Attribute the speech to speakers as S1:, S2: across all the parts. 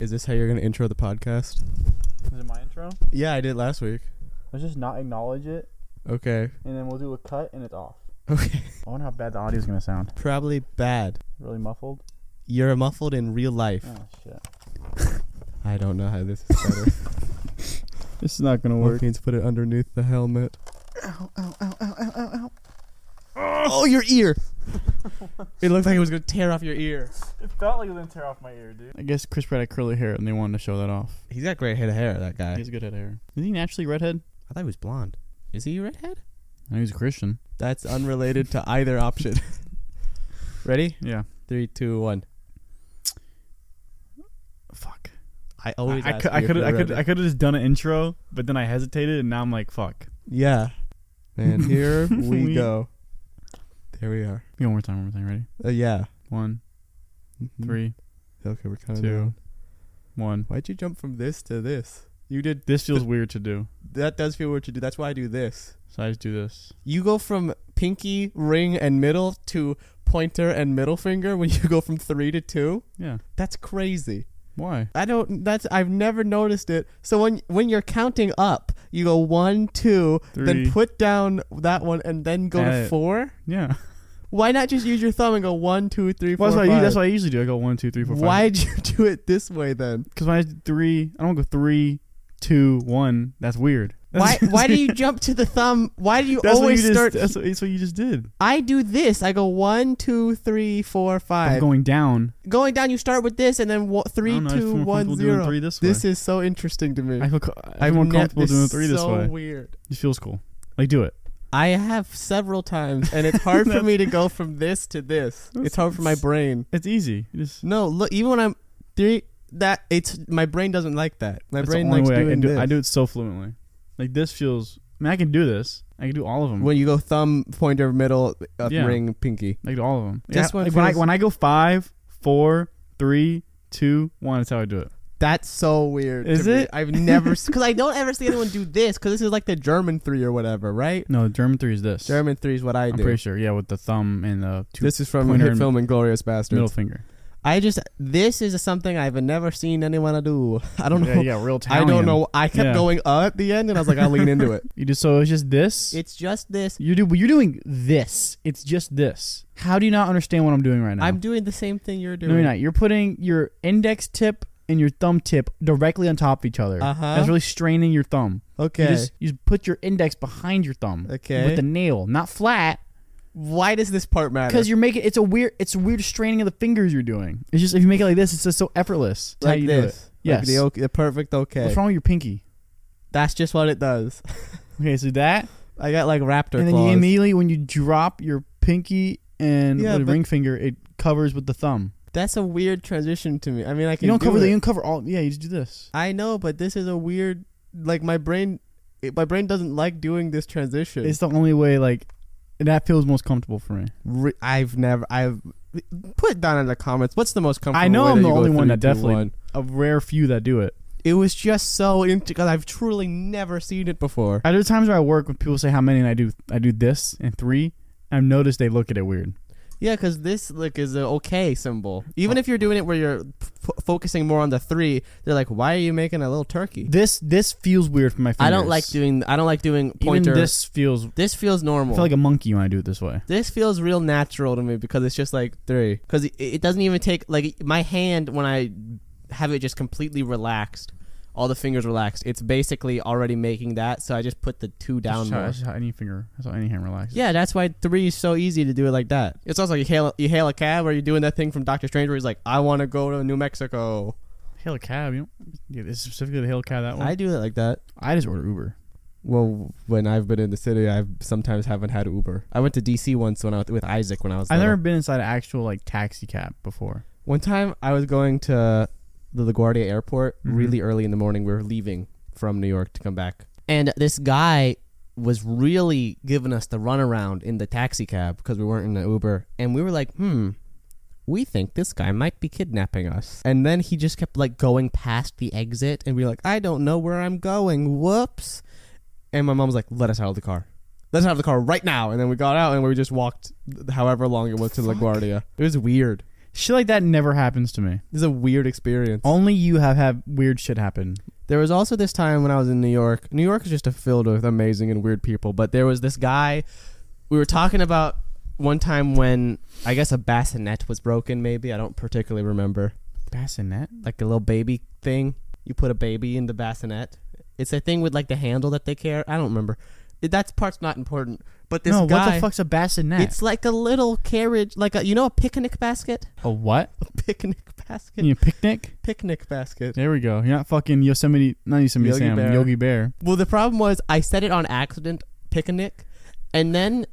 S1: Is this how you're gonna intro the podcast?
S2: Is it my intro?
S1: Yeah, I did last week.
S2: Let's just not acknowledge it,
S1: Okay.
S2: and then we'll do a cut, and it's off.
S1: Okay.
S2: I wonder how bad the audio's gonna sound.
S1: Probably bad.
S2: Really muffled.
S1: You're muffled in real life.
S2: Oh shit.
S1: I don't know how this is better.
S2: This is not gonna
S1: Wolf needs to put it underneath the helmet. Oh, your ear! it looked like it was gonna tear off your ear.
S2: It felt like it was gonna tear off my ear, dude. I guess Chris Pratt had curly hair, and they wanted to show that off.
S1: He's got great head of hair, that guy.
S2: He's good at hair. Is he naturally redhead?
S1: I thought he was blonde. Is he a redhead?
S2: I know he's a Christian.
S1: That's unrelated to either option. Ready?
S2: Yeah.
S1: Three, two, one.
S2: Fuck.
S1: I always.
S2: I,
S1: ask
S2: could.
S1: you
S2: I
S1: if
S2: could.
S1: you're
S2: I could.
S1: redhead.
S2: I could have just done an intro, but then I hesitated, and now I'm like, fuck.
S1: Yeah. And here we
S2: We-
S1: go. There we are.
S2: One more time. One more time. Ready?
S1: Uh, yeah. Mm-hmm.
S2: One, three,
S1: Okay, we're kind of.
S2: two, one.
S1: Why'd you jump from this to this? You did.
S2: This feels weird to do,
S1: That does feel weird to do. That's why I do this.
S2: so I just do this.
S1: You go from pinky, ring, and middle to pointer and middle finger when you go from three to two.
S2: Yeah.
S1: That's crazy.
S2: Why?
S1: I don't. That's I've never noticed it. So when when you're counting up, you go one, two,
S2: Three.
S1: then put down that one, and then go to
S2: Add it.
S1: four.
S2: Yeah.
S1: Why not just use your thumb and go one, two, three, four,
S2: Well, that's, what I, u-
S1: five?
S2: that's what I usually do. I go one, two, three, four, five.
S1: Why'd you do it this way then?
S2: Because when I do three, I don't go three, two, one. That's weird.
S1: Why
S2: That's,
S1: why do you jump to the thumb? Why do you
S2: that's
S1: always
S2: what you
S1: start?
S2: Just, that's, what, that's what you just did.
S1: I do this. I go one, two, three, four,
S2: I'm
S1: five.
S2: going down.
S1: going down, you start with this, and then wo-
S2: I
S1: three,
S2: don't know, I just
S1: two,
S2: feel more
S1: one,
S2: comfortable doing
S1: zero.
S2: Three this way.
S1: This is so interesting to me.
S2: I feel, co- I
S1: I've
S2: feel more
S1: ne-
S2: comfortable
S1: this
S2: doing three this
S1: so
S2: way.
S1: weird.
S2: It feels cool. Like do it.
S1: I have several times, and it's hard for me to go from this to this. It's hard for my brain.
S2: It's easy. You just
S1: No, look, even when I'm three, that it's my brain doesn't like that. My
S2: that's
S1: brain
S2: the only
S1: likes
S2: way
S1: doing
S2: I can do.
S1: this.
S2: it. I do it so fluently. Like this feels. I mean, I can do this. I can do all of them.
S1: when you go thumb, pointer, middle, up,
S2: Um, Yeah.
S1: ring, pinky.
S2: I can do all of them. Like,
S1: This
S2: I-
S1: one
S2: like, when, I,
S1: feels-
S2: when I go five, four, three, two, one. That's how I do it.
S1: That's so weird. to
S2: Is
S1: me.
S2: it?
S1: I've never because I don't ever see anyone do this because this is like the German three or whatever, right?
S2: No, German three is this.
S1: German three is what I
S2: I'm
S1: do.
S2: pretty sure. Yeah, with the thumb and the two
S1: this is from
S2: pointer
S1: hit
S2: and
S1: film Inglorious Bastards.
S2: middle finger.
S1: I just this is something I've never seen anyone do. I don't
S2: yeah,
S1: know.
S2: yeah,
S1: I
S2: real Italian.
S1: don't know. I kept
S2: Yeah.
S1: going uh at the end, and I was like, I'll lean into it.
S2: You just so it's just this.
S1: It's just this.
S2: you do. You're doing this. It's just this. How do you not understand what I'm doing right now?
S1: I'm doing the same thing you're doing.
S2: no, you're not. You're putting your index tip and your thumb tip directly on top of each other.
S1: Uh-huh.
S2: That's really straining your thumb.
S1: Okay.
S2: You just you just put your index behind your thumb.
S1: Okay.
S2: With the nail, not flat,
S1: Why does this part matter?
S2: because you're making it's a weird it's a weird straining of the fingers you're doing. It's just if you make it like this, it's just so effortless. That's how
S1: like
S2: you do it.
S1: this. Like
S2: Yes.
S1: the, okay, the perfect okay.
S2: What's wrong with your pinky?
S1: That's just what it does.
S2: Okay, so that
S1: I got like raptor
S2: and then
S1: claws.
S2: you immediately when you drop your pinky and
S1: Yeah,
S2: the
S1: but-
S2: ring finger it covers with the thumb
S1: That's a weird transition to me. I mean, I can
S2: you don't
S1: do
S2: cover
S1: it.
S2: the you don't cover all yeah you just do this
S1: I know, but this is a weird. Like my brain, it, my brain doesn't like doing this transition.
S2: it's the only way like that feels most comfortable for me
S1: Re- I've never. I've put down in the comments. What's the most comfortable?
S2: I know
S1: way
S2: I'm
S1: that
S2: the
S1: you go
S2: only one
S1: three,
S2: that
S1: two,
S2: definitely-
S1: one?
S2: a rare few that do it
S1: It was just so into because I've truly never seen it before.
S2: I, there's times where I work when people say how many and I do I do this and three I've noticed they look at it weird
S1: Yeah, because this like is a okay symbol. Even if you're doing it where you're f- focusing more on the three, they're like, "Why are you making a little turkey?"
S2: this this feels weird for my fingers
S1: I don't like doing. I don't like doing
S2: even
S1: pointer.
S2: this feels
S1: This feels
S2: I
S1: normal.
S2: feel like a monkey when I do it this way
S1: This feels real natural to me because it's just like three. Because it, it doesn't even take like my hand when I have it just completely relaxed, all the fingers relaxed. It's basically already making that, so I just put the two down
S2: that's how,
S1: more.
S2: that's how any finger that's how any hand relaxes
S1: Yeah, that's why three is so easy to do it like that. It's also like you hail you hail a cab, or you're doing that thing from Doctor Strange where he's like, "I want to go to New Mexico."
S2: hail a cab you know yeah, it's specifically the hail a cab that one
S1: I do it like that.
S2: I just order Uber
S1: Well, when I've been in the city, I sometimes haven't had Uber. I went to DC once when I was with Isaac when I was.
S2: I've
S1: little.
S2: never been inside an actual like taxi cab before.
S1: One time I was going to the LaGuardia airport
S2: Mhm.
S1: really early in the morning. We were leaving from New York to come back. And this guy was really giving us the runaround in the taxi cab because we weren't in an Uber. And we were like, hmm, we think this guy might be kidnapping us. And then he just kept like going past the exit. And we were like, I don't know where I'm going. Whoops. And my mom was like, let us out of the car. Let us out of the car right now. And then we got out and we just walked however long it was to
S2: Fuck.
S1: LaGuardia. It was weird.
S2: Shit like that never happens to me.
S1: This is a weird experience.
S2: Only you have had weird shit happen.
S1: There was also this time when I was in New York. New York is just filled with amazing and weird people, but there was this guy we were talking about one time when I guess a bassinet was broken maybe. I don't particularly remember.
S2: Bassinet?
S1: Like a little baby thing. You put a baby in the bassinet. It's a thing with like the handle that they carry. I don't remember. That part's not important. But this
S2: no,
S1: guy
S2: what the fuck's a bassinet?
S1: It's like a little carriage, like a you know a picnic basket?
S2: a what?
S1: A picnic basket.
S2: You picnic?
S1: Picnic basket.
S2: There we go. You're not fucking Yosemite, not Yosemite
S1: Yogi
S2: Sam,
S1: Bear.
S2: Yogi Bear.
S1: Well, the problem was I said it on accident, picnic, and then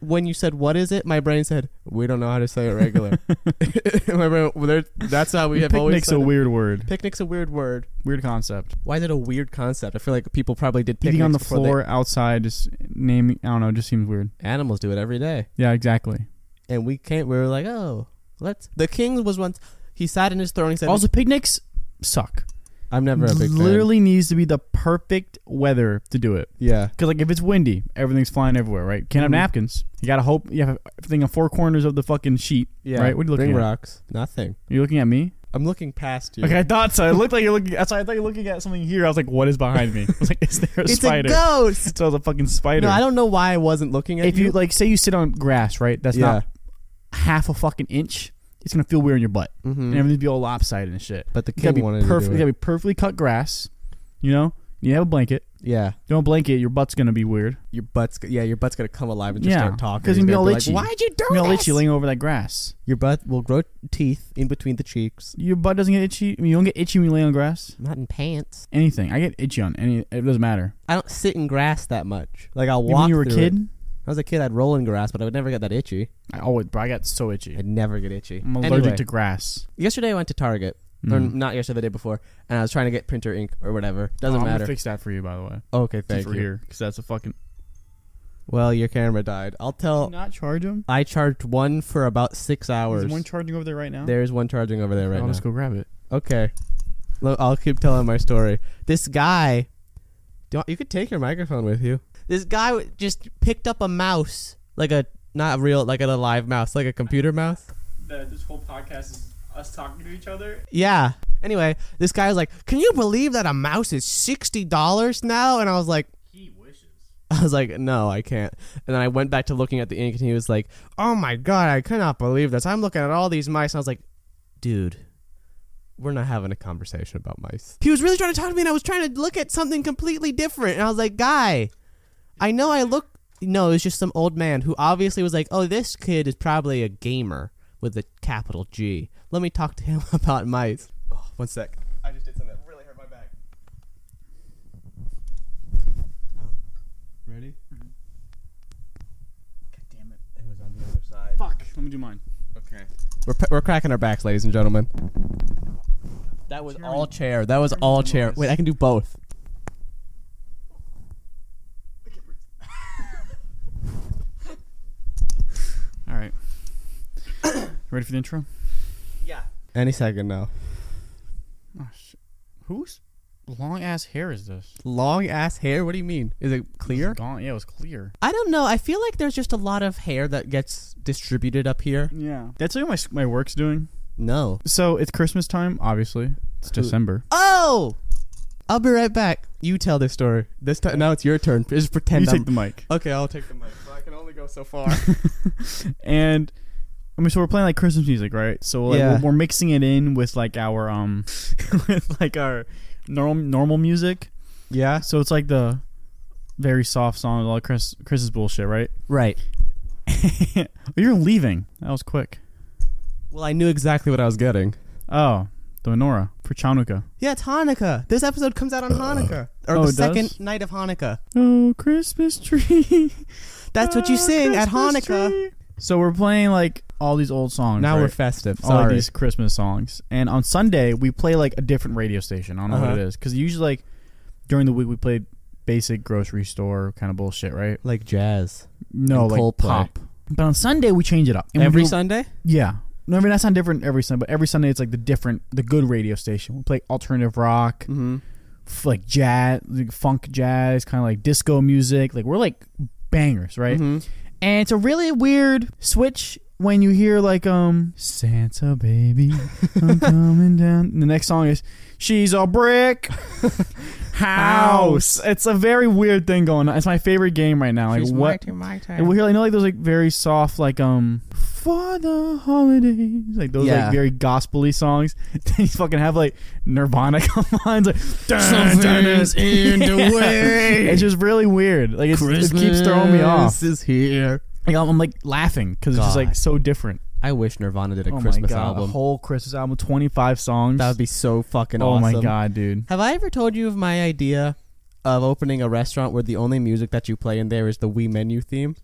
S1: when you said what is it, my brain said we don't know how to say it regular. my brain, well, there- that's how we have always
S2: Picnic's
S1: said
S2: a
S1: it.
S2: weird word,
S1: Picnic's a weird word.
S2: weird concept.
S1: Why is it a weird concept? I feel like people probably did picnics
S2: Eating on the
S1: before they-
S2: floor outside, just naming. I don't know. Just seems weird.
S1: Animals do it every day.
S2: Yeah, exactly.
S1: and we can't. We were like, oh, let's. The king was once. He sat in his throne. He said,
S2: Also, picnics suck.
S1: "I'm never a big fan."
S2: Literally needs to be the perfect weather to do it.
S1: Yeah,
S2: Cause like if it's windy, everything's flying everywhere, right? Can't have
S1: Mhm.
S2: napkins. You gotta hope you have everything on four corners of the fucking sheet.
S1: yeah.
S2: Right, what are you looking
S1: Bring
S2: at?
S1: rocks. Nothing.
S2: You looking at me?
S1: I'm looking past you.
S2: Okay, I thought so. It looked like you're looking. That's why I thought you're looking at something here. I was like, what is behind me? I was like, is there a
S1: it's
S2: spider?
S1: a ghost.
S2: So it's a fucking spider.
S1: No, I don't know why I wasn't looking at
S2: if you, like, say you sit on grass, right? That's
S1: yeah.
S2: not half a fucking inch. It's gonna feel weird in your butt,
S1: Mhm.
S2: and everything's be all lopsided and shit.
S1: But the
S2: You gotta
S1: king
S2: be
S1: wanted to
S2: perfect. You
S1: do
S2: gotta
S1: it.
S2: be perfectly cut grass. You know, you have a blanket.
S1: Yeah,
S2: You don't blanket, your butt's gonna be weird.
S1: your butt's yeah, your butt's gonna come alive and just
S2: Yeah,
S1: start talking.
S2: 'cause
S1: He's
S2: you'll be
S1: gonna
S2: all
S1: like,
S2: itchy.
S1: Why'd you do
S2: You know,
S1: this?
S2: itchy laying over that grass.
S1: Your butt will grow teeth in between the cheeks.
S2: Your butt doesn't get itchy. I mean, you don't get itchy when you lay on grass.
S1: Not in pants.
S2: Anything. I get itchy on any. It doesn't matter.
S1: I don't sit in grass that much. Like I'll
S2: Even
S1: walk.
S2: when you were a
S1: through
S2: kid,
S1: it. I was a kid. I'd roll in grass, but I would never get that itchy.
S2: I always. But I got so itchy.
S1: I'd never get itchy.
S2: I'm allergic
S1: Anyway.
S2: to Mm. grass.
S1: Yesterday I went to Target, or not yesterday, the day before, and I was trying to get printer ink or whatever. Doesn't
S2: Oh, I'm
S1: matter.
S2: gonna fix that for you, by the way.
S1: okay,
S2: Thank
S1: thank
S2: for
S1: you.
S2: here, because that's a fucking.
S1: Well, your camera died. I'll tell.
S2: not charge him.
S1: I charged one for about six hours.
S2: Is one charging over there right now?
S1: There's one charging over there right
S2: I'll
S1: now.
S2: just go grab it.
S1: Okay, Lo- I'll keep telling my story. This guy, do you could take your microphone with you. This guy w- just picked up a mouse, like a not real, like a live mouse, like a computer mouse.
S3: that this whole podcast is us talking to each other.
S1: Yeah. Anyway, this guy was like, "Can you believe that a mouse is sixty dollars now?" And I was like,
S3: He wishes.
S1: I was like, no, I can't. And then I went back to looking at the ink, and he was like, oh my god, I cannot believe this. I'm looking at all these mice, and I was like, dude, we're not having a conversation about mice. He was really trying to talk to me, and I was trying to look at something completely different. And I was like, guy, I know I look. No, it was just some old man who obviously was like, oh, this kid is probably a gamer with a capital G. Let me talk to him about mice. Oh, one sec. I just did something that really hurt my back. Ready?
S2: God damn it!
S1: It was on the other side.
S2: Fuck. Let me do mine.
S1: Okay. We're, p- we're cracking our backs, ladies and gentlemen. That was all chair. That was all chair. Wait, I can do both.
S2: All right. Ready for the intro?
S1: Yeah. Any second now.
S2: Oh, shit. Whose long ass hair is this?
S1: Long ass hair? What do you mean? Is it clear?
S2: Gone. Yeah, it was clear.
S1: I don't know. I feel like there's just a lot of hair that gets distributed up here.
S2: Yeah. That's what my s- my work's doing.
S1: No.
S2: So it's Christmas time, obviously. It's
S1: Who-
S2: December.
S1: Oh! I'll be right back. You tell this story. This time, now it's your turn. Just pretend
S2: you
S1: I'm.
S2: take the mic.
S1: okay, I'll take the mic. So I can only go so far.
S2: And I mean, so we're playing like Christmas music, right? So like,
S1: Yeah.
S2: we're, we're mixing it in with like our um, with like our normal normal music.
S1: yeah.
S2: So it's like the very soft song, all Chris Chris's bullshit, right? Oh,
S1: Right.
S2: You're leaving. That was quick.
S1: Well, I knew exactly what I was getting.
S2: Oh, the menorah for Chanukah.
S1: Yeah, it's Hanukkah. This episode comes out on Hanukkah. Or the
S2: Oh, it does?
S1: second night of Hanukkah.
S2: Oh, Christmas tree.
S1: That's what you
S2: Oh,
S1: sing at
S2: Christmas
S1: Hanukkah.
S2: tree. So we're playing like all these old songs.
S1: Now
S2: right?
S1: we're festive.
S2: all of
S1: Sorry.
S2: these Christmas songs. And on Sunday, we play like a different radio station. I don't know what
S1: Uh-huh.
S2: it is. Because usually, like, during the week, we play basic grocery store kind of bullshit, right?
S1: like jazz.
S2: No,
S1: And
S2: like
S1: Coldplay.
S2: pop. But on Sunday, we change it up. And we
S1: Every
S2: do-
S1: Sunday?
S2: Yeah. No, I mean, that's not different every Sunday, but every Sunday, it's like the different, the good radio station. We play alternative rock,
S1: Mm-hmm.
S2: f- like jazz, like funk jazz, kind of like disco music. Like, we're like bangers, right?
S1: hmm
S2: And it's a really weird switch when you hear like um Santa baby, I'm coming down. The next song is She's a brick house. It's a very weird thing going on. It's my favorite game right now. Like what? And we hear like, you know, like those like very soft like um for the holidays, like those
S1: Yeah.
S2: like very gospely songs. Then you fucking have like Nirvana come on, it's like dun, dun,
S1: Something
S2: dun.
S1: is in the
S2: Yeah.
S1: way.
S2: It's just really weird. Like it's, it keeps throwing me off.
S1: Is here.
S2: Like, I'm, I'm like laughing because it's just like
S1: God.
S2: so different.
S1: I wish Nirvana did a
S2: oh
S1: Christmas
S2: my god, a
S1: album.
S2: whole Christmas album, 25 songs.
S1: That would be so fucking
S2: oh
S1: awesome.
S2: my god, dude.
S1: Have I ever told you of my idea of opening a restaurant where the only music that you play in there is the Wii menu theme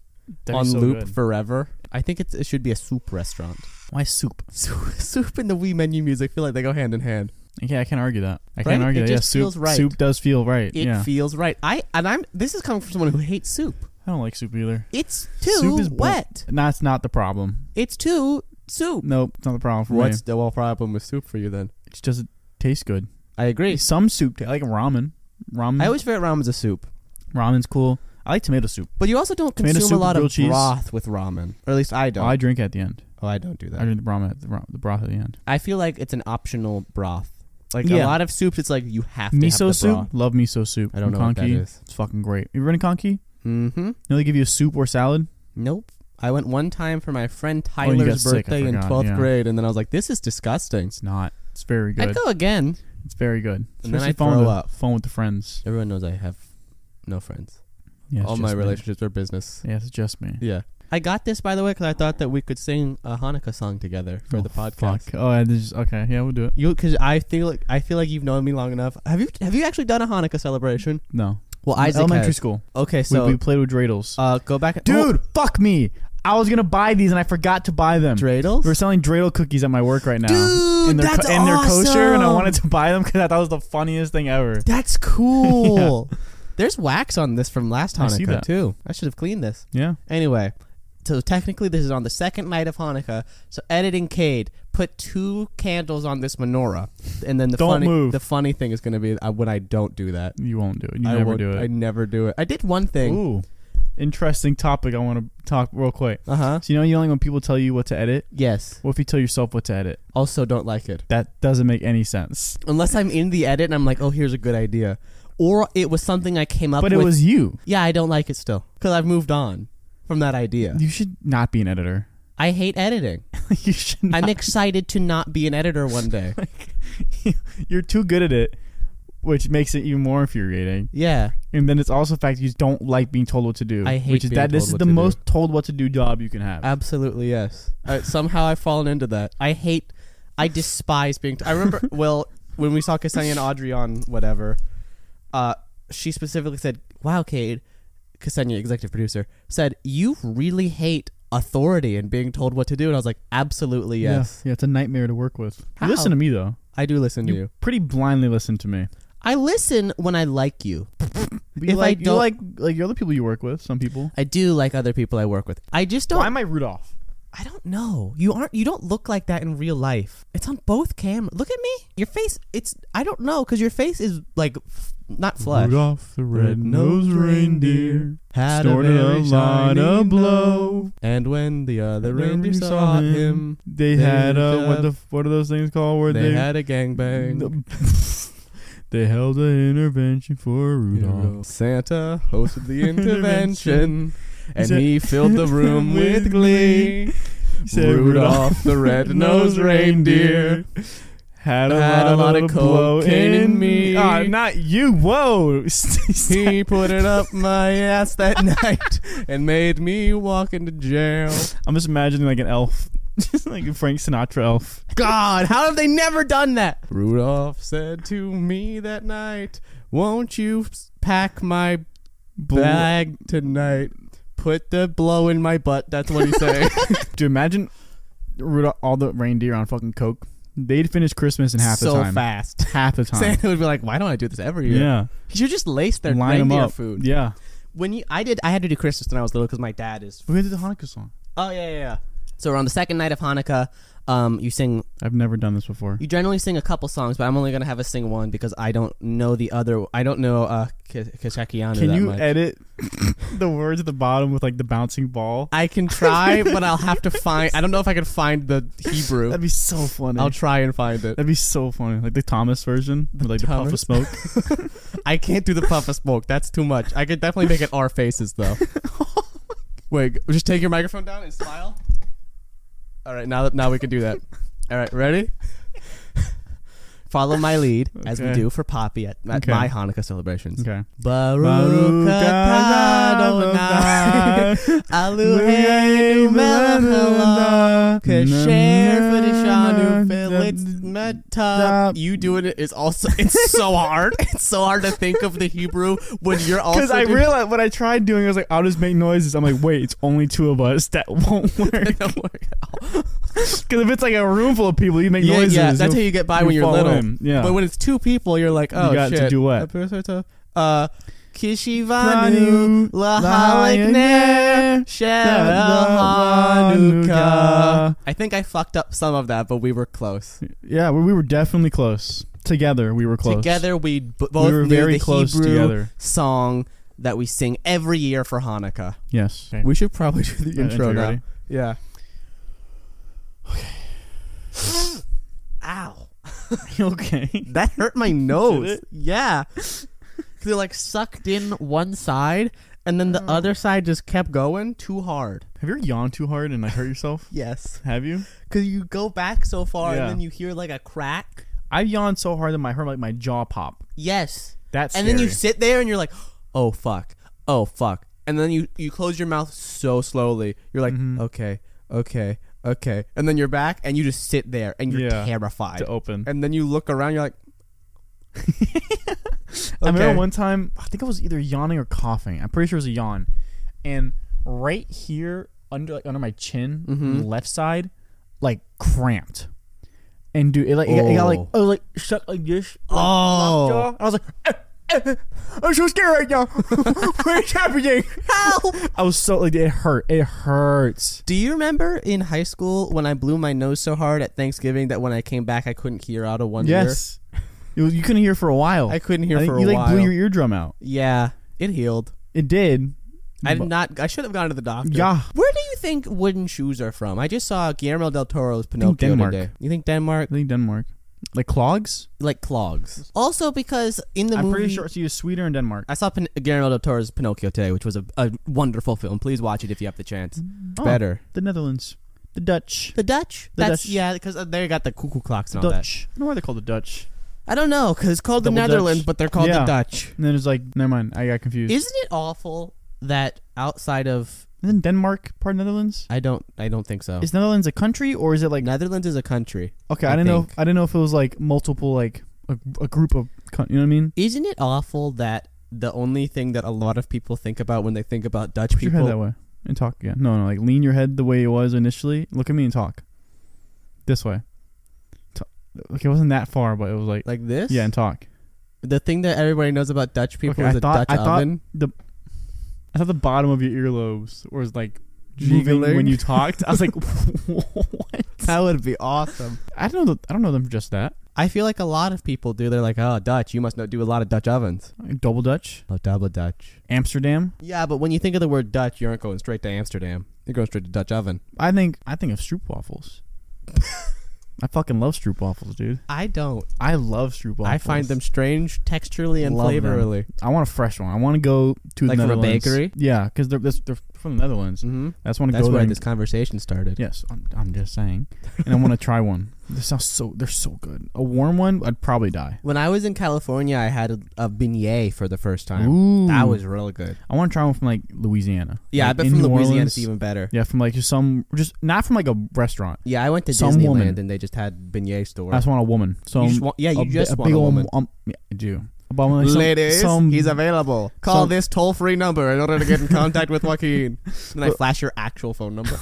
S2: That'd
S1: on
S2: be so
S1: loop
S2: good.
S1: forever? I think it's, it should be a soup restaurant.
S2: Why soup?
S1: Soup, soup and the Wii menu music feel like they go hand in hand.
S2: Yeah, I can't argue that. I
S1: Right?
S2: can't argue
S1: It
S2: that. Yeah,
S1: just
S2: soup.
S1: feels right.
S2: Soup does feel right.
S1: It
S2: yeah,
S1: feels right. I and I'm. This is coming from someone who hates soup.
S2: I don't like soup either.
S1: It's too
S2: Soup is bu-
S1: wet.
S2: That's not the problem.
S1: It's too soup.
S2: Nope, it's not the problem for
S1: What's
S2: me.
S1: the whole problem with soup for you then?
S2: It just doesn't taste good.
S1: I agree.
S2: Some soup, ta- like ramen. Ramen.
S1: I always forget ramen's a soup,
S2: ramen's cool. I like tomato soup.
S1: but you also don't
S2: Tomato
S1: consume
S2: soup
S1: a lot
S2: and
S1: of
S2: grilled cheese?
S1: broth with ramen, or at least I don't.
S2: I drink at the end.
S1: oh, I don't do
S2: I
S1: that.
S2: drink the ramen at the, ra- the broth at the end.
S1: I feel like it's an optional broth. Like
S2: Yeah.
S1: a lot of soups, it's like you have to have
S2: Miso
S1: the
S2: soup.
S1: broth.
S2: Love miso soup.
S1: I don't know
S2: From
S1: what that
S2: Conky.
S1: is.
S2: It's fucking great. You ever been to Conky? You
S1: Mm-hmm.
S2: know they give you a soup or salad.
S1: Nope. I went one time for my friend
S2: Oh, you got
S1: Tyler's
S2: sick, I
S1: birthday in
S2: forgot,
S1: twelfth
S2: yeah.
S1: grade, and then I was like, "This is disgusting."
S2: It's not. It's very
S1: I'd
S2: good.
S1: go again.
S2: It's very good.
S1: And then
S2: Especially
S1: I
S2: if I'm on
S1: throw
S2: the
S1: up.
S2: Phone with the friends.
S1: Everyone knows I have no friends.
S2: Yeah, it's
S1: All
S2: just
S1: my
S2: me.
S1: relationships are business.
S2: Yeah, it's just me.
S1: Yeah. I got this by the way because I thought that we could sing a Hanukkah song together for
S2: Oh,
S1: the podcast.
S2: Fuck. Oh, I just, okay. Yeah, we'll do it.
S1: You because I feel like I feel like you've known me long enough. Have you have you actually done a Hanukkah celebration?
S2: No.
S1: Well,
S2: Elementary school.
S1: Okay,
S2: We,
S1: so
S2: we played with dreidels.
S1: uh, go back,
S2: Dude, fuck me. I was gonna buy these and I forgot to buy them.
S1: Oh, dreidels.
S2: We're selling dreidel cookies at my work right now.
S1: Dude,
S2: and they're,
S1: that's
S2: and they're kosher, and I
S1: awesome.
S2: wanted to buy them because I thought it was the funniest thing ever.
S1: That's cool. There's wax on this from last
S2: I
S1: Hanukkah
S2: see that.
S1: too. I should have cleaned this.
S2: Yeah.
S1: Anyway, so technically this is on the second night of Hanukkah. So editing Cade put two candles on this menorah, and then the
S2: Don't
S1: funny
S2: move.
S1: the funny thing is going to be uh, when I don't do that.
S2: You won't do it. You
S1: I
S2: never
S1: won't-
S2: do
S1: I
S2: it.
S1: never do it. I did one thing.
S2: Ooh. Interesting topic I want to talk real quick.
S1: Uh huh.
S2: So, you know, you like when people tell you what to edit?
S1: Yes.
S2: What if you tell yourself what to edit?
S1: Also, don't like it
S2: That doesn't make any sense.
S1: unless I'm in the edit and I'm like, oh, here's a good idea, or it was something I came up
S2: but
S1: with.
S2: it was you.
S1: yeah, I don't like it still because I've moved on from that idea.
S2: You should not be an editor.
S1: I hate editing.
S2: you should not.
S1: I'm excited to not be an editor one day.
S2: You're too good at it, which makes it even more infuriating.
S1: Yeah.
S2: And then it's also the fact you don't like being told what to do.
S1: I hate
S2: which is
S1: being
S2: that
S1: told
S2: this is
S1: what
S2: the
S1: to do.
S2: most told what to do job you can have.
S1: Absolutely yes. I, somehow I've fallen into that. I hate, I despise being. T- I remember well when we saw Ksenia and Audrey on whatever. Uh, she specifically said, "Wow, Cade, Ksenia, executive producer, said you really hate authority and being told what to do." And I was like, "Absolutely yes,
S2: Yeah, yeah, it's a nightmare to work with.
S1: How?
S2: You listen to me though.
S1: I do listen
S2: You
S1: to you.
S2: pretty blindly listen to me.
S1: I listen when I like you.
S2: But you
S1: If I
S2: like,
S1: don't-
S2: you like like your other people you work with, some people.
S1: I do like other people I work with. I just don't.
S2: Why am I Rudolph?
S1: I don't know. You aren't. You don't look like that in real life. It's on both cameras. Look at me. Your face. It's. I don't know because your face is like f- not flesh.
S2: Rudolph the
S1: Red-nosed reindeer Had
S2: snorted a lot of
S1: blow.
S2: blow.
S1: And when the other
S2: When
S1: reindeer
S2: you
S1: saw
S2: saw
S1: him,
S2: him, They,
S1: They had-
S2: had uh, what the f- what are those things called? Where
S1: they,
S2: they,
S1: had a gangbang.
S2: they held an intervention for Rudolph.
S1: bang. Santa hosted the intervention, and
S2: said-
S1: he filled the room with glee.
S2: He said,
S1: Rudolph the red-nosed reindeer
S2: Had a,
S1: Had
S2: lot, a lot of blow
S1: cocaine in
S2: in
S1: me.
S2: me. Ah, not you. Whoa.
S1: He put it up my ass that night and made me walk into jail.
S2: I'm just imagining like an elf, just like a Frank Sinatra elf.
S1: God, how have they never done that? Rudolph said to me that night, Won't you s- pack my
S2: Bl-
S1: bag tonight? Put the blow in my butt. That's what he said.
S2: Dude, imagine Rudolph, all the reindeer on fucking coke. They'd finish Christmas in half
S1: so
S2: the time.
S1: fast.
S2: Half the time.
S1: Santa would be like, Why don't I do this every year?
S2: Yeah.
S1: You should just lace their
S2: Line them
S1: reindeer
S2: up.
S1: food.
S2: Yeah.
S1: When you, I did, I had to do Christmas when I was little because my dad is
S2: We did the Hanukkah song.
S1: Oh yeah, yeah, yeah. So we're on the second night of Hanukkah. Um, you sing.
S2: I've never done this before.
S1: You generally sing a couple songs, but I'm only gonna have us sing one because I don't know the other. I don't know uh, K- Kachakiano
S2: Can
S1: that
S2: you
S1: much.
S2: edit the words at the bottom with like the bouncing ball?
S1: I can try, but I'll have to find. I don't know if I can find the Hebrew.
S2: That'd be so funny.
S1: I'll try and find it.
S2: That'd be so funny. Like the Thomas version, with, like the puff
S1: Thomas?
S2: of smoke.
S1: I can't do the puff of smoke. That's too much. I could definitely make it our faces though. Wait, just take your microphone down and smile. All right, now now we can do that. All right, ready? Follow my lead as we
S2: Okay.
S1: do for Poppy at, at
S2: Okay.
S1: my Hanukkah celebrations.
S2: okay.
S1: Baruch
S2: Baruch
S1: atah Adonai,
S2: Adonai,
S1: Eloheinu melech haolam, kasher fadishanu felitz meta. You doing it is also it's so hard. It's so hard to think of the Hebrew when you're also.
S2: Because I
S1: doing-
S2: realized what I tried doing, I was like, I'll just make noises. I'm like, wait, it's only two of us. That won't work.
S1: Don't worry.
S2: Because if it's like a room full of people, you make
S1: yeah,
S2: noises.
S1: yeah, that's how
S2: you'll-
S1: you get by
S2: you'll
S1: when you're
S2: fall
S1: little.
S2: in. Yeah.
S1: But when it's two people, you're like, oh
S2: got to
S1: shit.
S2: duet.
S1: Uh, Kishivanu lahalik Hanukkah. I think I fucked up some of that, but we were close.
S2: Yeah, we, we were definitely close. Together, we were close.
S1: Together, we b- both
S2: we were
S1: knew
S2: very
S1: the
S2: close
S1: Hebrew
S2: together.
S1: song that we sing every year for Hanukkah.
S2: Yes.
S1: We should probably do the
S2: Uh,
S1: intro
S2: you
S1: now.
S2: ready?
S1: Yeah. Okay. Ow.
S2: okay.
S1: That hurt my nose.
S2: it?
S1: Yeah. 'Cause it like sucked in one side and then the other side just kept going too hard.
S2: Have you ever yawned too hard and like hurt yourself?
S1: Yes.
S2: Have you?
S1: Because you go back so far
S2: Yeah.
S1: and then you hear like a crack.
S2: I yawned so hard that my hurt like my jaw pop.
S1: Yes.
S2: That's
S1: and then you sit there and you're like, oh fuck, oh fuck, and then you you close your mouth so slowly. You're like,
S2: Mm-hmm.
S1: okay, okay, okay, and then you're back and you just sit there and you're
S2: Yeah.
S1: terrified.
S2: to open.
S1: And then you look around, you're like,
S2: I
S1: Okay.
S2: remember one time I think I was either yawning or coughing. I'm pretty sure it was a yawn, and right here under like under my chin,
S1: Mm-hmm.
S2: left side, like cramped. And dude, it like it, got- it got like
S1: Oh.
S2: oh like shut like this. like,
S1: Oh.
S2: lockjaw. I was like, eh, I'm so scared right now. what is happening?
S1: help.
S2: I was so like it hurt. It hurts.
S1: Do you remember in high school when I blew my nose so hard at Thanksgiving that when I came back I couldn't hear out of one
S2: Yes, you, you couldn't hear for a while.
S1: ear? I couldn't hear
S2: I think
S1: for
S2: you
S1: a
S2: like
S1: while.
S2: blew your eardrum out.
S1: yeah, it healed.
S2: It did.
S1: I did not. I should have gone to the doctor.
S2: Yeah.
S1: Where do you think wooden shoes are from? I just saw Guillermo del Toro's Pinocchio
S2: Denmark.
S1: today. You think Denmark?
S2: I think Denmark, like clogs.
S1: Like clogs. Also, because in the
S2: I'm
S1: movie,
S2: pretty sure it's either Sweden or Denmark.
S1: I saw Pin- Guillermo del Toro's Pinocchio today, which was a, a wonderful film. Please watch it if you have the chance.
S2: Oh,
S1: Better.
S2: The Netherlands. The Dutch.
S1: The Dutch.
S2: The
S1: That's
S2: Dutch.
S1: yeah, because they got the cuckoo clocks and all that.
S2: Dutch. I don't know why they're called the Dutch.
S1: I don't know because it's called the
S2: Double Dutch.
S1: Netherlands, but they're called the
S2: Yeah.
S1: Dutch.
S2: And then it's like, never mind. I got confused.
S1: Isn't it awful that outside of
S2: Isn't Denmark part of Netherlands?
S1: I don't I don't think so.
S2: Is Netherlands a country or is it like?
S1: Netherlands is a country.
S2: Okay,
S1: Oh. I
S2: I, didn't know.
S1: think.
S2: I didn't know if it was like multiple like a, a group of. coun- You know what I mean?
S1: Isn't it awful that the only thing that a lot of people think about when they think about Dutch
S2: Put your head that
S1: people?
S2: way and talk again. No, no, like lean your head the way it was initially. Look at me and talk. This way. Ta- Okay, it wasn't that far, but it was like,
S1: Like this?
S2: yeah, and talk.
S1: The thing that everybody knows about Dutch people
S2: Okay,
S1: is
S2: I
S1: a
S2: thought-
S1: Dutch
S2: I thought-
S1: oven.
S2: I thought the bottom of your earlobes was like moving when
S1: Jiggling.
S2: you talked. I was like, what?
S1: That would be awesome.
S2: I don't know. The, I don't know them for just that.
S1: I feel like a lot of people do. They're like, oh, Dutch. You must not do a lot of Dutch ovens.
S2: Like Double Dutch,
S1: Oh, double Dutch.
S2: Amsterdam.
S1: Yeah, but when you think of the word Dutch, you aren't going straight to Amsterdam. You're going straight to Dutch oven.
S2: I think I think of stroopwafels. I fucking love stroopwafels, dude.
S1: I don't.
S2: I love stroopwafels.
S1: I find them strange texturally and
S2: Love them.
S1: flavorally.
S2: I want a fresh one. I want to go to
S1: Like
S2: the
S1: from a
S2: Netherlands.
S1: bakery?
S2: Yeah, because they're, that's- they're from the Netherlands.
S1: Mm-hmm.
S2: I just want to
S1: That's
S2: go there.
S1: where
S2: and-
S1: this conversation started.
S2: yes, I'm, I'm just saying, and I want to try one. This sounds so. They're so good. A warm one, I'd probably die.
S1: When I was in California, I had a, a beignet for the first time.
S2: Ooh,
S1: That was real good.
S2: I want to try one from like Louisiana.
S1: Yeah, I
S2: Like,
S1: bet
S2: in
S1: from
S2: New
S1: Louisiana
S2: Orleans.
S1: it's even better. Yeah.
S2: Yeah, from like just some, just not from like a restaurant.
S1: I went to
S2: Some
S1: Disneyland
S2: woman.
S1: and they just had beignet stores.
S2: I just want a woman. So
S1: you just want, yeah, you
S2: a, bi-
S1: just
S2: a
S1: want
S2: big
S1: a
S2: old
S1: woman.
S2: Um, yeah, I do. But I'm like some- some-
S1: available.
S2: some-
S1: this toll-free number in order to get in contact with Joaquin. And I flash your actual phone number.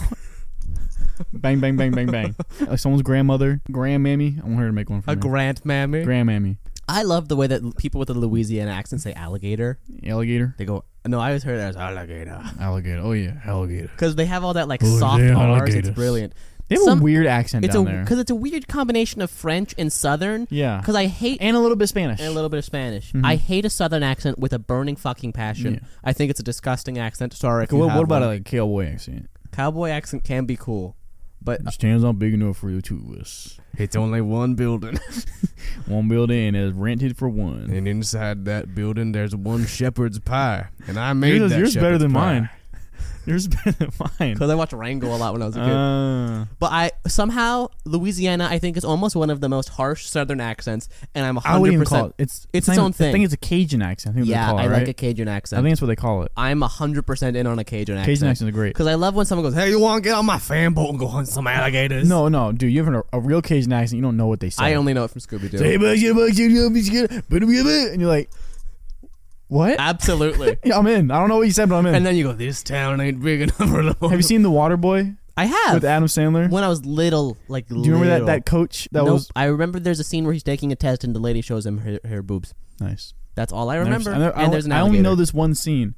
S2: bang bang bang bang bang. like someone's grandmother, grandmammy. I want her to make one for
S1: a
S2: me.
S1: grant mammy.
S2: grandmammy,
S1: I love the way that people with a Louisiana accent say alligator.
S2: alligator,
S1: They go, no, I always heard it as alligator.
S2: alligator. Oh yeah, alligator.
S1: Because they have all that like
S2: Oh,
S1: soft
S2: they're
S1: R's. It's
S2: alligators.
S1: brilliant.
S2: They have
S1: Some-
S2: a weird accent
S1: It's
S2: down
S1: a
S2: there.
S1: because it's a weird combination of French and Southern.
S2: Yeah.
S1: Because I hate
S2: and a little bit Spanish.
S1: and a little bit of Spanish. I hate a Southern accent with a burning fucking passion.
S2: Mm-hmm. Yeah.
S1: I think it's a disgusting accent. Sorry. If
S2: Like,
S1: you
S2: what,
S1: have
S2: what about
S1: one.
S2: a like, cowboy accent?
S1: cowboy accent? Can be cool, but
S2: Stands on big enough for the two of us.
S1: it's only one building,
S2: One building and it's rented for one.
S1: and inside that building there's one shepherd's pie, and I made
S2: Yours, yours better than mine. Yours better than mine.
S1: Because I watched Rango a lot when I was a kid.
S2: Uh,
S1: but I somehow Louisiana, I think, is almost one of the most harsh Southern accents, and I'm
S2: I wouldn't
S1: hundred
S2: even call
S1: percent.
S2: it. It's
S1: It's
S2: not
S1: its
S2: even-
S1: own
S2: I
S1: thing.
S2: think it's a Cajun accent. I think
S1: Yeah,
S2: they call it,
S1: I like
S2: right?
S1: a Cajun
S2: I
S1: accent.
S2: think that's what they call it.
S1: I'm hundred percent in on a Cajun accent.
S2: Cajun accents are great.
S1: Because I love when someone goes, "Hey, you want to get on my fan boat and go hunt some alligators?"
S2: No, no, dude, you have a, a real Cajun accent. You don't know what they say.
S1: I only know it from Scooby
S2: Say,
S1: Doo.
S2: "Hey, bud, yeah, bud, yeah, yeah, yeah, yeah, bud, yeah, bud," and you're like, what?
S1: Absolutely.
S2: Yeah, I'm in. I don't know what you said, but I'm in.
S1: and then you go, "This town ain't big enough for the."
S2: have you seen The Water Boy
S1: I have.
S2: with Adam Sandler?
S1: when I was little, like
S2: Do you remember that,
S1: little.
S2: that coach that
S1: Nope.
S2: was
S1: I remember there's a scene where he's taking a test and the lady shows him her, her boobs.
S2: nice?
S1: That's all I remember.
S2: I, never- I,
S1: and there's an
S2: I only know
S1: alligator.
S2: this one scene,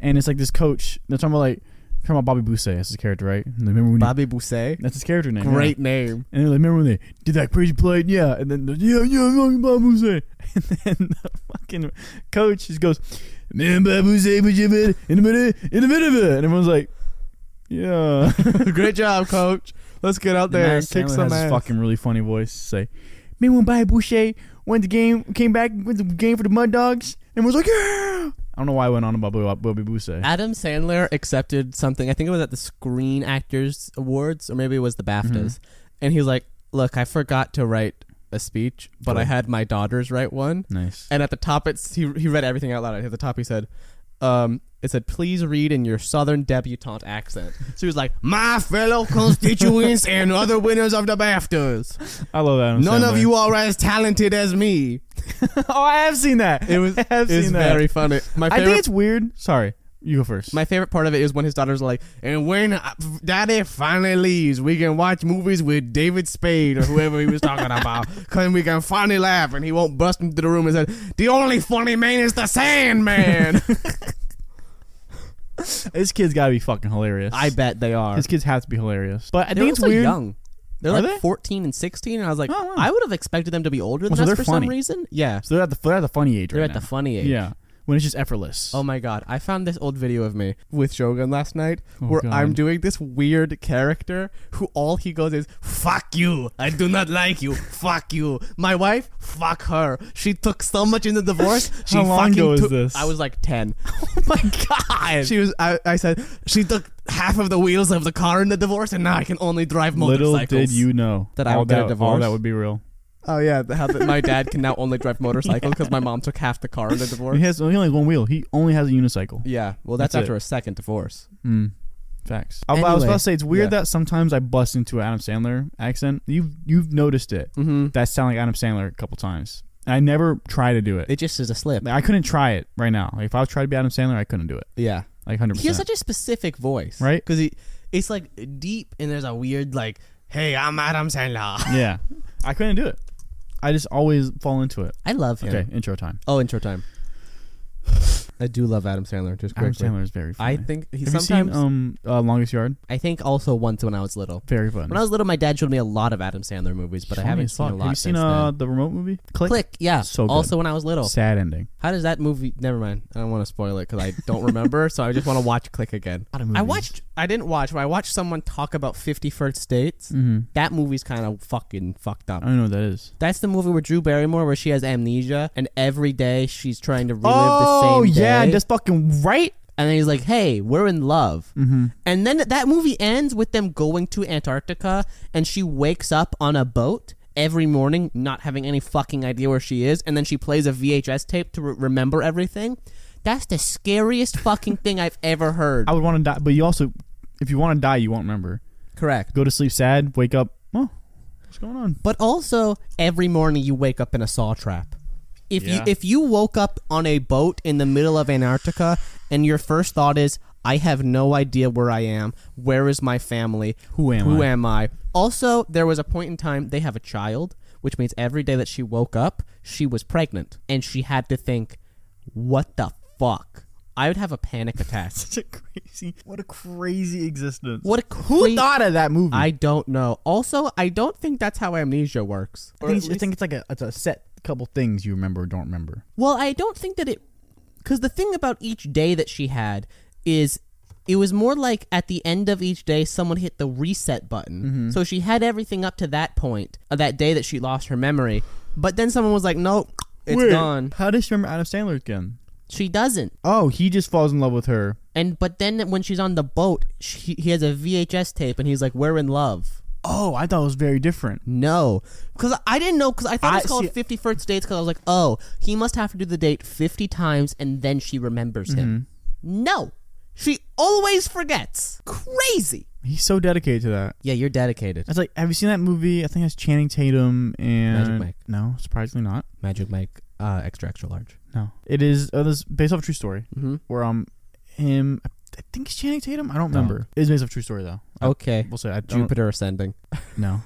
S2: and it's like this coach. They're talking about like talking about Bobby Bousse. That's his character, right? And they remember when he-
S1: Bobby Bousse.
S2: that's his character name. yeah.
S1: Great name.
S2: And they're like, remember when they did that crazy play? Yeah. And then, yeah, yeah, yeah, Babuse. And then the fucking coach just goes, man, Babuse, but you been in a minute, in a minute of it. And everyone's like, yeah.
S1: Great job, coach. Let's get out there and kick some
S2: This
S1: ass.
S2: fucking really funny voice. Say, man, when Babuse won the game, came back, won the game for the Mud Dogs, and was like, yeah. I don't know why I went on about Bobby Buse.
S1: Adam Sandler accepted something. I think it was at the Screen Actors Awards, or maybe it was the
S2: Mm-hmm.
S1: BAFTAs. And he was like, "Look, I forgot to write a speech, but I
S2: Cool.
S1: had my daughters write one."
S2: Nice.
S1: And at the top, it's he he read everything out loud. At the top, he said, um, "It said please read in your Southern debutante accent." So he was like, "My fellow constituents and other winners of the BAFTAs,
S2: I love that.
S1: none of you are as talented as me."
S2: oh, I have seen that.
S1: It was
S2: I have
S1: it's
S2: seen that.
S1: very funny. My
S2: I
S1: favorite
S2: think it's weird. Sorry, you go first.
S1: My favorite part of it is when his daughter's like, and when I- daddy finally leaves, we can watch movies with David Spade or whoever he was talking about. Because we can finally laugh and he won't bust into the room and say, the only funny man is the Sandman.
S2: This kid's gotta be fucking hilarious.
S1: I bet they are.
S2: His kids have to be hilarious. But I
S1: They're
S2: think it's
S1: also
S2: weird.
S1: young. They're
S2: Are
S1: like
S2: they?
S1: 14 and 16. And I was like,
S2: Oh, wow.
S1: I would have expected them to be older than
S2: Well, so
S1: us
S2: they're
S1: for
S2: funny.
S1: some reason. Yeah.
S2: So they're at the they're at the funny age.
S1: They're
S2: right
S1: at
S2: now.
S1: the funny age.
S2: Yeah, when it's just effortless.
S1: Oh my god, I found this old video of me with Shogun last night
S2: Oh
S1: where
S2: God.
S1: I'm doing this weird character who all he goes is fuck you. I do not like you. fuck you. My wife, fuck her. She took so much in the divorce. She
S2: How long
S1: fucking
S2: ago was
S1: took-
S2: this?
S1: I was like 10.
S2: oh my god!
S1: She was I, I said she took half of the wheels of the car in the divorce and now I can only drive
S2: Little
S1: motorcycles.
S2: did you know
S1: That I
S2: all
S1: would get a
S2: that, All
S1: divorce?
S2: that would be real.
S1: Oh yeah, the- how that my dad can now only drive motorcycles cuz my mom took half the car in the
S2: He
S1: divorce.
S2: has he only has one wheel. He only has a unicycle.
S1: Yeah, well that's,
S2: That's
S1: after
S2: it.
S1: a second divorce.
S2: Mm. Facts. I, I was
S1: Anyway.
S2: about to say it's weird
S1: Yeah.
S2: that sometimes I bust into an Adam Sandler accent. You've you've noticed it.
S1: Mhm.
S2: That sound like Adam Sandler a couple times. And I never try to do it.
S1: It just is a slip.
S2: I couldn't try it right now. Like, if I was trying to be Adam Sandler, I couldn't do it.
S1: Yeah.
S2: Like hundred
S1: He has
S2: percent.
S1: such a specific voice,
S2: Right?
S1: Because he, it's like deep, and there's a weird like, "Hey, I'm Adam Sandler."
S2: Yeah, I couldn't do it. I just always fall into it.
S1: I love him.
S2: Okay, intro time.
S1: Oh, intro time. I do love Adam Sandler. Just
S2: Adam
S1: quickly,
S2: Sandler is very funny.
S1: I think he
S2: Have
S1: sometimes.
S2: you seen um uh, Longest Yard?
S1: I think also once when I was little.
S2: Very funny.
S1: When I was little, my dad showed me a lot of Adam Sandler movies, but I
S2: Funny
S1: haven't
S2: as
S1: seen
S2: fuck.
S1: a lot.
S2: Have you seen
S1: since
S2: uh
S1: then.
S2: the remote movie?
S1: Click, yeah.
S2: So good.
S1: Also, when I was little,
S2: Sad ending.
S1: how does that movie? Never mind. I don't want to spoil it because I don't remember, so I just want to watch Click again.
S2: lot of
S1: I
S2: movies.
S1: watched. I didn't watch, but I watched someone talk about Fifty First Dates.
S2: Mm-hmm. Uh,
S1: That movie's kind of fucking fucked up.
S2: I don't know what that is.
S1: That's the movie with Drew Barrymore where she has amnesia and every day she's trying to relive
S2: Oh
S1: the same
S2: yeah,
S1: day.
S2: that's fucking right.
S1: and then he's like, "Hey, we're in love."
S2: Mm-hmm.
S1: And then that movie ends with them going to Antarctica and she wakes up on a boat every morning not having any fucking idea where she is and then she plays a VHS tape to re- remember everything. That's the scariest fucking thing I've ever heard.
S2: I would want to die, but you also, if you want to die, you won't remember.
S1: Correct.
S2: Go to sleep sad, wake up. Oh, what's going on?
S1: But also, every morning you wake up in a saw trap. If you
S2: Yeah.
S1: if you woke up on a boat in the middle of Antarctica and your first thought is, I have no idea where I am. Where is my family?
S2: Who am
S1: Who
S2: I?"
S1: am I? Also, there was a point in time they have a child, which means every day that she woke up, she was pregnant, and she had to think, "What the fuck? I would have a panic attack.
S2: Such a crazy. What a crazy existence.
S1: what? A
S2: Who
S1: cra-
S2: thought of that movie?
S1: I don't know. Also, I don't think that's how amnesia works.
S2: I think, it's- I think it's like a, it's a set couple things you remember or don't remember.
S1: Well, I don't think that it. Because the thing about each day that she had is it was more like at the end of each day, someone hit the reset button. So she had everything up to that point, uh, that day that she lost her memory. But then someone was like, nope, it's gone.
S2: How does she remember Adam Sandler again?
S1: She doesn't.
S2: Oh, he just falls in love with her.
S1: And but then when she's on the boat, she, he has a VHS tape and he's like, we're in love.
S2: Oh, I thought it was very different.
S1: No, because I didn't know. Because I thought it
S2: I-
S1: was called
S2: see-
S1: Fifty First Dates. Because I was like, oh, he must have to do the date fifty times, and then she remembers him. No, she always forgets. Crazy.
S2: He's so dedicated to that.
S1: Yeah, you're dedicated,
S2: It's like, have you seen that movie? I think it's Channing Tatum and
S1: Magic Mike.
S2: No, surprisingly not.
S1: Magic Mike. Uh, extra extra large.
S2: No, it is. Uh, this is based off a true story
S1: Mm-hmm.
S2: where um, him. I think it's Channing Tatum. I don't
S1: No.
S2: remember. It is based off a true story though.
S1: Okay.
S2: We'll say I don't,
S1: Jupiter ascending.
S2: No,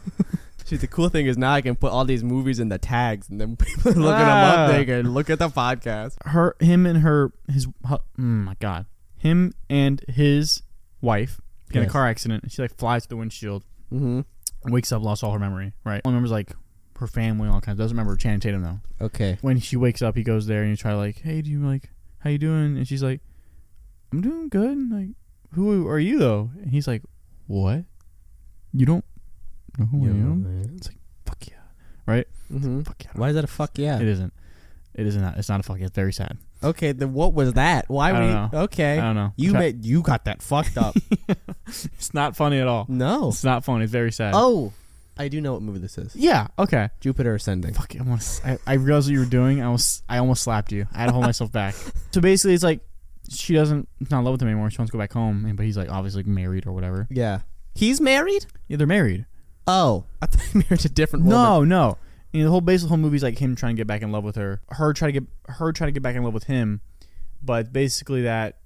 S1: See, the cool thing is now I can put all these movies in the tags, and then people are
S2: looking 'em up, they
S1: can look at the podcast.
S2: her, him, and her, his. Her, oh my God, him and his wife get in
S1: Yes.
S2: a car accident. and She like flies through the windshield.
S1: Mm-hmm.
S2: wakes up, lost all her memory, right? Only remembers like her family, all kinds. Doesn't remember Channing Tatum though.
S1: Okay.
S2: When she wakes up, he goes there and he try to, like, hey, do you like how you doing? And she's like, I'm doing good. And, like, who are you though? And he's like, what? You don't know who I am? Fuck yeah,
S1: Mm-hmm.
S2: fuck yeah.
S1: Why is that a fuck yeah?
S2: It isn't. It isn't. It's not a fuck. yeah. It's very sad.
S1: Okay, then what was that? Why
S2: I
S1: we?
S2: don't know. I
S1: Okay.
S2: don't know.
S1: You
S2: Try-
S1: met, you got that fucked up.
S2: it's not funny at all.
S1: no.
S2: It's not funny. It's very sad.
S1: Oh, I do know what movie this is.
S2: yeah. Okay.
S1: Jupiter Ascending.
S2: Fuck, I, want I, I realized what you were doing. I was, I almost slapped you. I had to hold myself back. So basically, it's like she doesn't she's not in love with him anymore. She wants to go back home, and but he's like obviously married or whatever.
S1: Yeah. He's married?
S2: Yeah, they're married.
S1: Oh, I thought he married a different woman.
S2: No, no. And the whole base of the whole movie is like him trying to get back in love with her, her trying to get her trying to get back in love with him, but basically that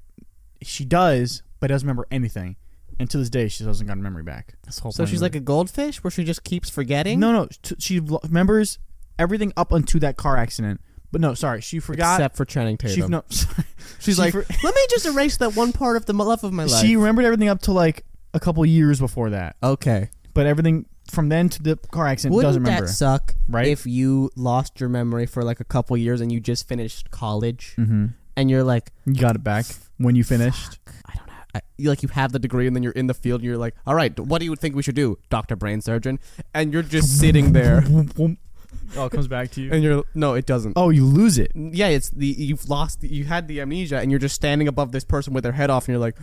S2: she does, but doesn't remember anything. And to this day, she doesn't got her memory back. That's the whole.
S1: So she's like a goldfish where she just keeps forgetting?
S2: no, no. t- She lo- remembers everything up until that car accident, but no, sorry, she forgot.
S1: Except for Channing
S2: she
S1: Tatum.
S2: no,
S1: she's
S2: she
S1: like,
S2: for-
S1: let me just erase that one part of the m- love of my life.
S2: She remembered everything up to like a couple years before that,
S1: okay.
S2: but everything from then to the car accident
S1: Wouldn't
S2: doesn't remember.
S1: that suck
S2: Right?
S1: if you lost your memory for like a couple years and you just finished college
S2: mm-hmm.
S1: and you're like,
S2: You got it back when you finished.
S1: I don't have. I, you like you have the degree, and then you're in the field, and you're like, "All right, what do you think we should do, Doctor Brain Surgeon?" And you're just sitting there,
S2: oh, it comes back to you.
S1: and you're no, it doesn't.
S2: Oh, you lose it.
S1: Yeah, it's the you've lost. You had the amnesia, and you're just standing above this person with their head off, and you're like,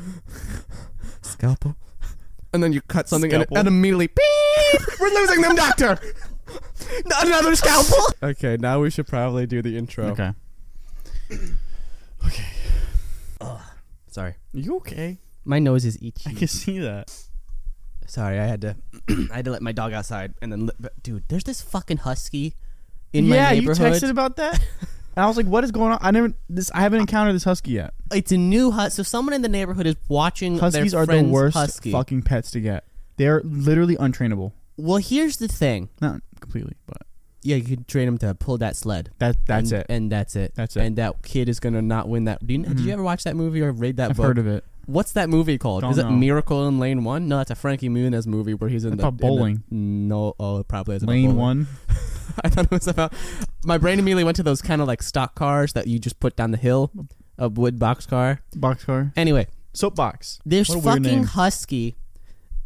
S1: "Scalpel," and then you cut something, and,
S2: Scalpel.
S1: and immediately, beep, we're losing them, Doctor. Not Another scalpel. Okay, now we should probably do the intro.
S2: Okay.
S1: Sorry,
S2: You okay?
S1: my nose is itchy.
S2: I can see that.
S1: Sorry, I had to. I had to let my dog outside, and then, li- but, dude, there's this fucking husky in
S2: yeah,
S1: my
S2: you
S1: neighborhood.
S2: texted about that, and I was like, "What is going on?" I never this. I haven't encountered this husky yet.
S1: it's a new husky. So someone in the neighborhood is watching
S2: Huskies
S1: their
S2: are the
S1: friend's
S2: worst
S1: husky.
S2: fucking pets to get. They're literally untrainable.
S1: Well, here's the thing.
S2: Not completely, but
S1: Yeah, you can train him to pull that sled.
S2: that that's
S1: and,
S2: it.
S1: And that's it.
S2: That's it.
S1: And that kid is gonna not win that. Do you, Did
S2: Mhm.
S1: you ever watch that movie or read that
S2: I've
S1: book?
S2: heard of it.
S1: What's that movie called?
S2: Don't
S1: is it
S2: know.
S1: Miracle in Lane One? No, that's a Frankie Muniz movie where he's in
S2: It's
S1: the
S2: about
S1: in the-
S2: bowling.
S1: no, oh, it probably is about
S2: Lane
S1: bowling.
S2: one.
S1: I thought it was about. My brain immediately went to those kind of like stock cars that you just put down the hill, a wood box car.
S2: Boxcar.
S1: Anyway,
S2: Soapbox.
S1: this
S2: What a weird
S1: fucking
S2: name.
S1: husky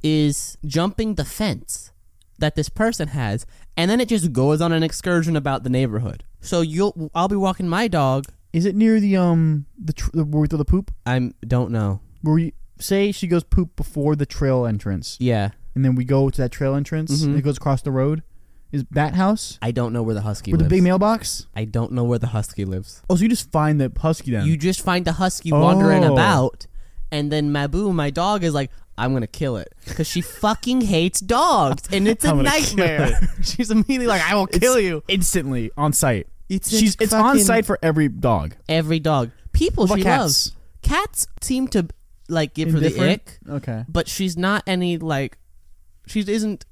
S1: is jumping the fence that this person has, and then it just goes on an excursion about the neighborhood. So you'll, I'll be walking my dog.
S2: Is it near the um the tr- the where we throw the poop?
S1: I don't know.
S2: Where you say she goes poop before the trail entrance,
S1: Yeah,
S2: and then we go to that trail entrance,
S1: Mhm.
S2: and it goes across the road. Is that house
S1: I don't know where the husky
S2: with the
S1: lives.
S2: big mailbox?
S1: I don't know where the husky lives.
S2: Oh, so you just find the husky then?
S1: You just find the husky wandering
S2: Oh.
S1: about, and then Mabu, my dog, is like, "I'm gonna kill it," because she fucking hates dogs, and it's a
S2: I'm gonna kill
S1: nightmare. She's immediately like, "I will kill you."
S2: instantly on site.
S1: It's
S2: She's it's on
S1: fucking-
S2: site for every dog.
S1: every dog. People
S2: What
S1: she
S2: about
S1: loves. Cats seem to like give her the
S2: Indifferent?
S1: ick,
S2: Okay.
S1: but she's not any like she isn't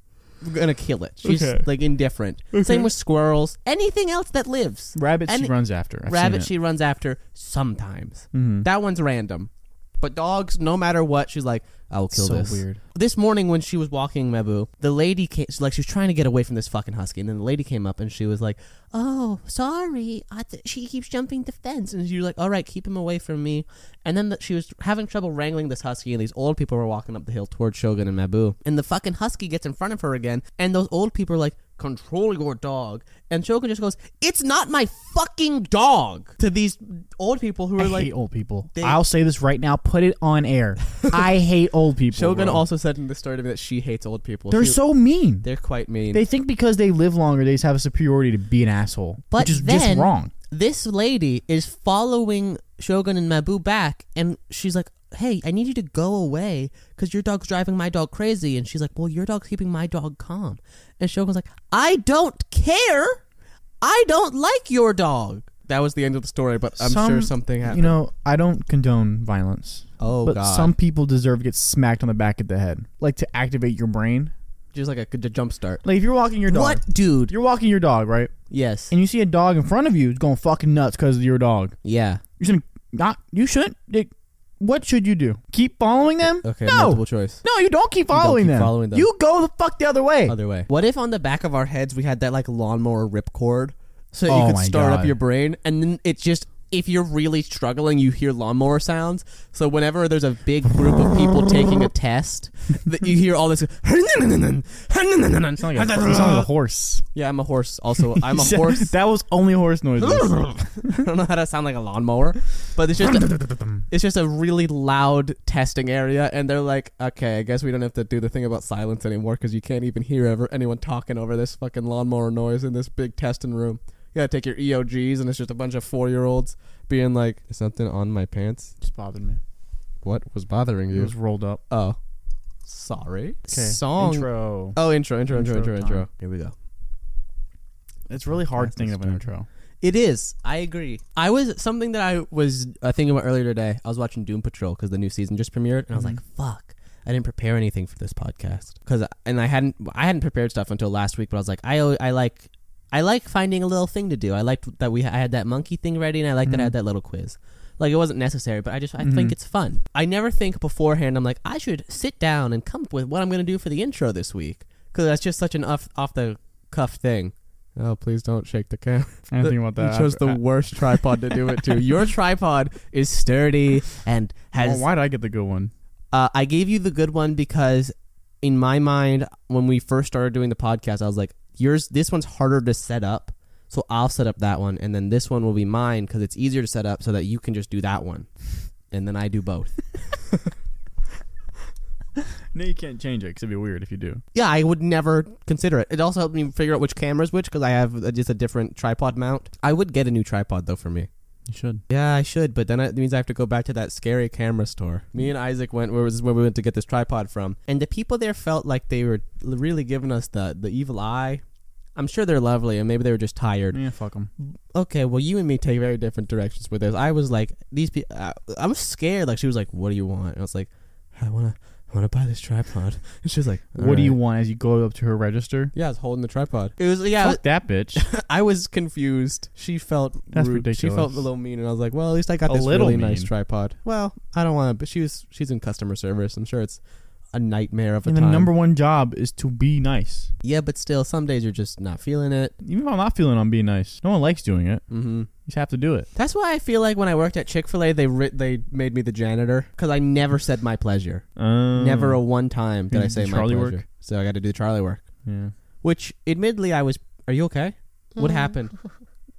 S1: gonna kill it. She's
S2: Okay.
S1: like indifferent. Same with squirrels. Anything else that lives.
S2: Rabbit
S1: Any-
S2: she runs after. I've
S1: Rabbit
S2: seen
S1: she runs after sometimes.
S2: it. Mhm.
S1: That one's random. But dogs, no matter what, she's like, I will kill
S2: so
S1: this.
S2: weird.
S1: This morning when she was walking Mebu, the lady came, she, like she was trying to get away from this fucking husky, and then the lady came up and she was like, "Oh, sorry, I th- she keeps jumping the fence," and you're like, "All right, keep him away from me." And then the, she was having trouble wrangling this husky, and these old people were walking up the hill towards Shogun and Mabu, and the fucking husky gets in front of her again, and those old people are like, "Control your dog," and Shogun just goes, "It's not my fucking dog." To these old people who are
S2: I
S1: like,
S2: hate old people.
S1: they-
S2: I'll say this right now. Put it on air. I hate old people.
S1: Shogun
S2: bro.
S1: also said in the story to me that she hates old people.
S2: They're
S1: She-
S2: so mean.
S1: they're quite mean.
S2: They think because they live longer, they just have a superiority to be an asshole,
S1: But
S2: which is just
S1: then-
S2: wrong.
S1: this lady is following Shogun and Mabu back, and she's like, "Hey, I need you to go away because your dog's driving my dog crazy." And she's like, "Well, your dog's keeping my dog calm." And Shogun's like, "I don't care. I don't like your dog." That was the end of the story, but I'm
S2: Some-
S1: sure something happened.
S2: You know, I don't condone violence,
S1: oh
S2: but
S1: god!
S2: some people deserve to get smacked on the back of the head, like to activate your brain.
S1: just like a, a jump start.
S2: Like if you're walking your dog,
S1: What, dude?
S2: you're walking your dog, right?
S1: Yes.
S2: And you see a dog in front of you going fucking nuts because of your dog.
S1: Yeah.
S2: You shouldn't. Not you shouldn't. like, what should you do? Keep following them?
S1: Okay.
S2: No.
S1: Multiple choice.
S2: No, you don't keep
S1: don't
S2: following,
S1: keep
S2: them.
S1: following them.
S2: You go the fuck the other way.
S1: Other way. What if on the back of our heads we had that like lawnmower ripcord, so that
S2: Oh
S1: you could
S2: my
S1: start up
S2: God.
S1: your brain, and then it's just if you're really struggling, you hear lawnmower sounds. So whenever there's a big group of people taking a test, that you hear all this.
S2: Sound like a, you sound like a horse.
S1: Yeah, I'm a horse. Also, I'm a
S2: Yeah,
S1: horse.
S2: That was only horse noises.
S1: I don't know how to sound like a lawnmower, but it's just a, it's just a really loud testing area, and they're like, okay, I guess we don't have to do the thing about silence anymore because you can't even hear ever anyone talking over this fucking lawnmower noise in this big testing room. You gotta take your EOGs, and it's just a bunch of four year olds being like, "Is something on my pants?
S2: Just bothered me.
S1: What was bothering
S2: It
S1: you?
S2: was rolled up.
S1: Oh, sorry.
S2: 'Kay.
S1: Song.
S2: Intro.
S1: Oh, intro, intro, intro, intro,
S2: Intro time.
S1: intro. Here we go.
S2: It's really hard
S1: That's
S2: thinking of an
S1: disturbing.
S2: intro.
S1: It is. I agree. I was something that I was uh, thinking about earlier today. I was watching Doom Patrol because the new season just premiered, and I was like, "Fuck." I didn't prepare anything for this podcast because, and I hadn't, I hadn't prepared stuff until last week. But I was like, I, al- I like, I like finding a little thing to do. I liked that we, I had that monkey thing ready, and I liked that I had that little quiz. Like it wasn't necessary, but I just, I think it's fun. I never think beforehand. I'm like, I should sit down and come up with what I'm going to do for the intro this week because that's just such an off, off the cuff thing. Oh, please don't shake the camera.
S2: I didn't
S1: The-
S2: think about that. Uh,
S1: You chose
S2: after-
S1: the worst tripod to do it to. Your tripod is sturdy and
S2: Well,
S1: has.
S2: why did I get the good one?
S1: Uh, I gave you the good one because, in my mind, when we first started doing the podcast, I was like, "Yours, this one's harder to set up, so I'll set up that one, and then this one will be mine because it's easier to set up, so that you can just do that one, and then I do both."
S2: No, you can't change it because it'd be weird if you do.
S1: yeah, I would never consider it. It also helped me figure out which camera's which because I have uh just a different tripod mount. I would get a new tripod though for me.
S2: You should.
S1: Yeah, I should, but then it means I have to go back to that scary camera store. Me and Isaac went where was where we went to get this tripod from, and the people there felt like they were really giving us the the evil eye. I'm sure they're lovely, and maybe they were just tired.
S2: Yeah, fuck them.
S1: Okay, well, you and me take very different directions with this. I was like, these people, uh, I was scared. Like she was like, "What do you want?" And I was like, "I wanna, I wanna buy this tripod." And she was like,
S2: What do you want as you go up to her register?
S1: Yeah, I was holding the tripod. It was yeah,
S2: Fuck that bitch.
S1: I was confused. She felt
S2: That's
S1: rude. She
S2: ridiculous.
S1: felt a little mean, and I was like, "Well, at least I got
S2: A
S1: this
S2: little
S1: really nice
S2: mean.
S1: tripod." Well, I don't want to, but she was she's in customer service. I'm sure it's a nightmare of a
S2: and the
S1: time.
S2: number one job is to be nice.
S1: yeah, but still, some days you're just not feeling it.
S2: Even if I'm not feeling on being nice, no one likes doing it.
S1: Mm-hmm.
S2: You just have to do it.
S1: That's why I feel like when I worked at Chick Fil A, they ri- they made me the janitor because I never said my pleasure.
S2: Um,
S1: Never a one time did
S2: You
S1: I
S2: did
S1: say my
S2: Charlie
S1: pleasure.
S2: work?
S1: So I got to do Charlie work,
S2: yeah.
S1: which admittedly I was. Are you okay? What happened?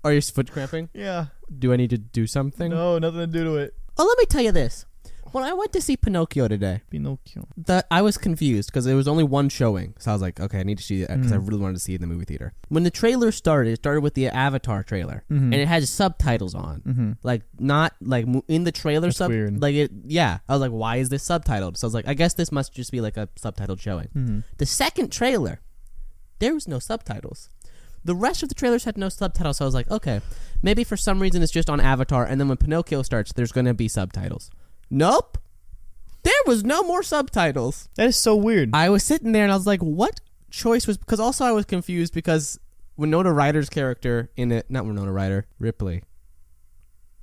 S1: Are your foot cramping?
S2: Yeah.
S1: Do I need to do something?
S2: No, nothing to do to it.
S1: Oh, let me tell you this. When I went to see Pinocchio today,
S2: Pinocchio.
S1: the, I was confused because there was only one showing. So I was like, okay, I need to see it because I
S2: Mm.
S1: really wanted to see it in the movie theater. When the trailer started, it started with the Avatar trailer
S2: Mm-hmm.
S1: and it had subtitles on.
S2: mm-hmm.
S1: Like, not like mo- in the trailer,
S2: That's
S1: sub-
S2: weird.
S1: like it, yeah. I was like, why is this subtitled? So I was like, I guess this must just be like a subtitled showing.
S2: Mm-hmm.
S1: The second trailer, there was no subtitles. The rest of the trailers had no subtitles, so I was like, okay, maybe for some reason it's just on Avatar, and then when Pinocchio starts, there's going to be subtitles. Nope. There was no more subtitles.
S2: That is so weird.
S1: I was sitting there and I was like, what choice was because also I was confused because Winona Ryder's character in it, not Winona Ryder, Ripley,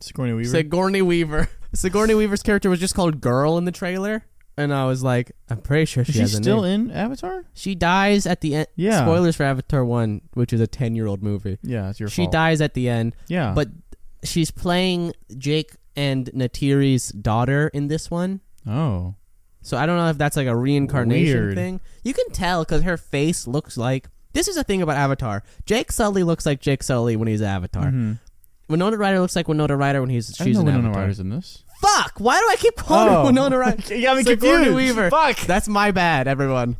S2: Sigourney Weaver.
S1: Sigourney Weaver. Sigourney Weaver's character was just called Girl in the trailer, and I was like, I'm pretty sure she
S2: Is she
S1: has a
S2: still
S1: name.
S2: in Avatar?
S1: She dies at the end.
S2: Yeah.
S1: Spoilers for Avatar One, which is a ten year old movie.
S2: Yeah, it's your
S1: she
S2: fault.
S1: dies at the end,
S2: Yeah,
S1: but she's playing Jake and Natiri's daughter in this one.
S2: oh,
S1: So I don't know if that's like a reincarnation
S2: Weird.
S1: thing. You can tell because her face looks like. This is the thing about Avatar. Jake Sully looks like Jake Sully when he's Avatar.
S2: Mhm.
S1: Winona Ryder looks like Winona Ryder when he's
S2: I didn't
S1: she's
S2: know
S1: an
S2: Winona
S1: Avatar.
S2: Ryder's in this.
S1: Fuck! Why do I keep calling her
S2: Oh.
S1: Winona Ryder?
S2: You got me
S1: Sigourney
S2: confused.
S1: Weaver.
S2: Fuck.
S1: That's my bad, everyone.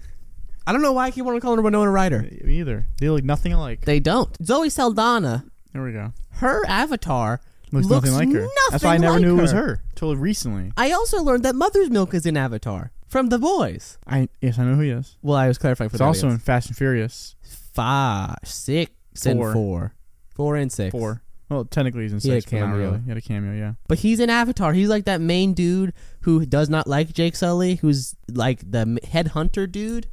S1: I don't know why I keep wanting to call her Winona Ryder.
S2: Me either. They look nothing alike.
S1: They don't. Zoe Saldana,
S2: There we go.
S1: her Avatar looks,
S2: nothing like her. That's why I
S1: nothing
S2: never
S1: like
S2: knew it was her till recently.
S1: I also learned that Mother's Milk is in Avatar from The Boys.
S2: I yes, I know who he is.
S1: Well, I was clarifying for
S2: It's
S1: the
S2: also
S1: audience.
S2: in Fast and Furious
S1: five, six,
S2: Four.
S1: and four, four and six.
S2: four. Well, technically he's in
S1: He had
S2: six, but not
S1: cameo.
S2: really. He had a cameo. Yeah.
S1: But he's in Avatar. He's like that main dude who does not like Jake Sully, who's like the m- headhunter dude.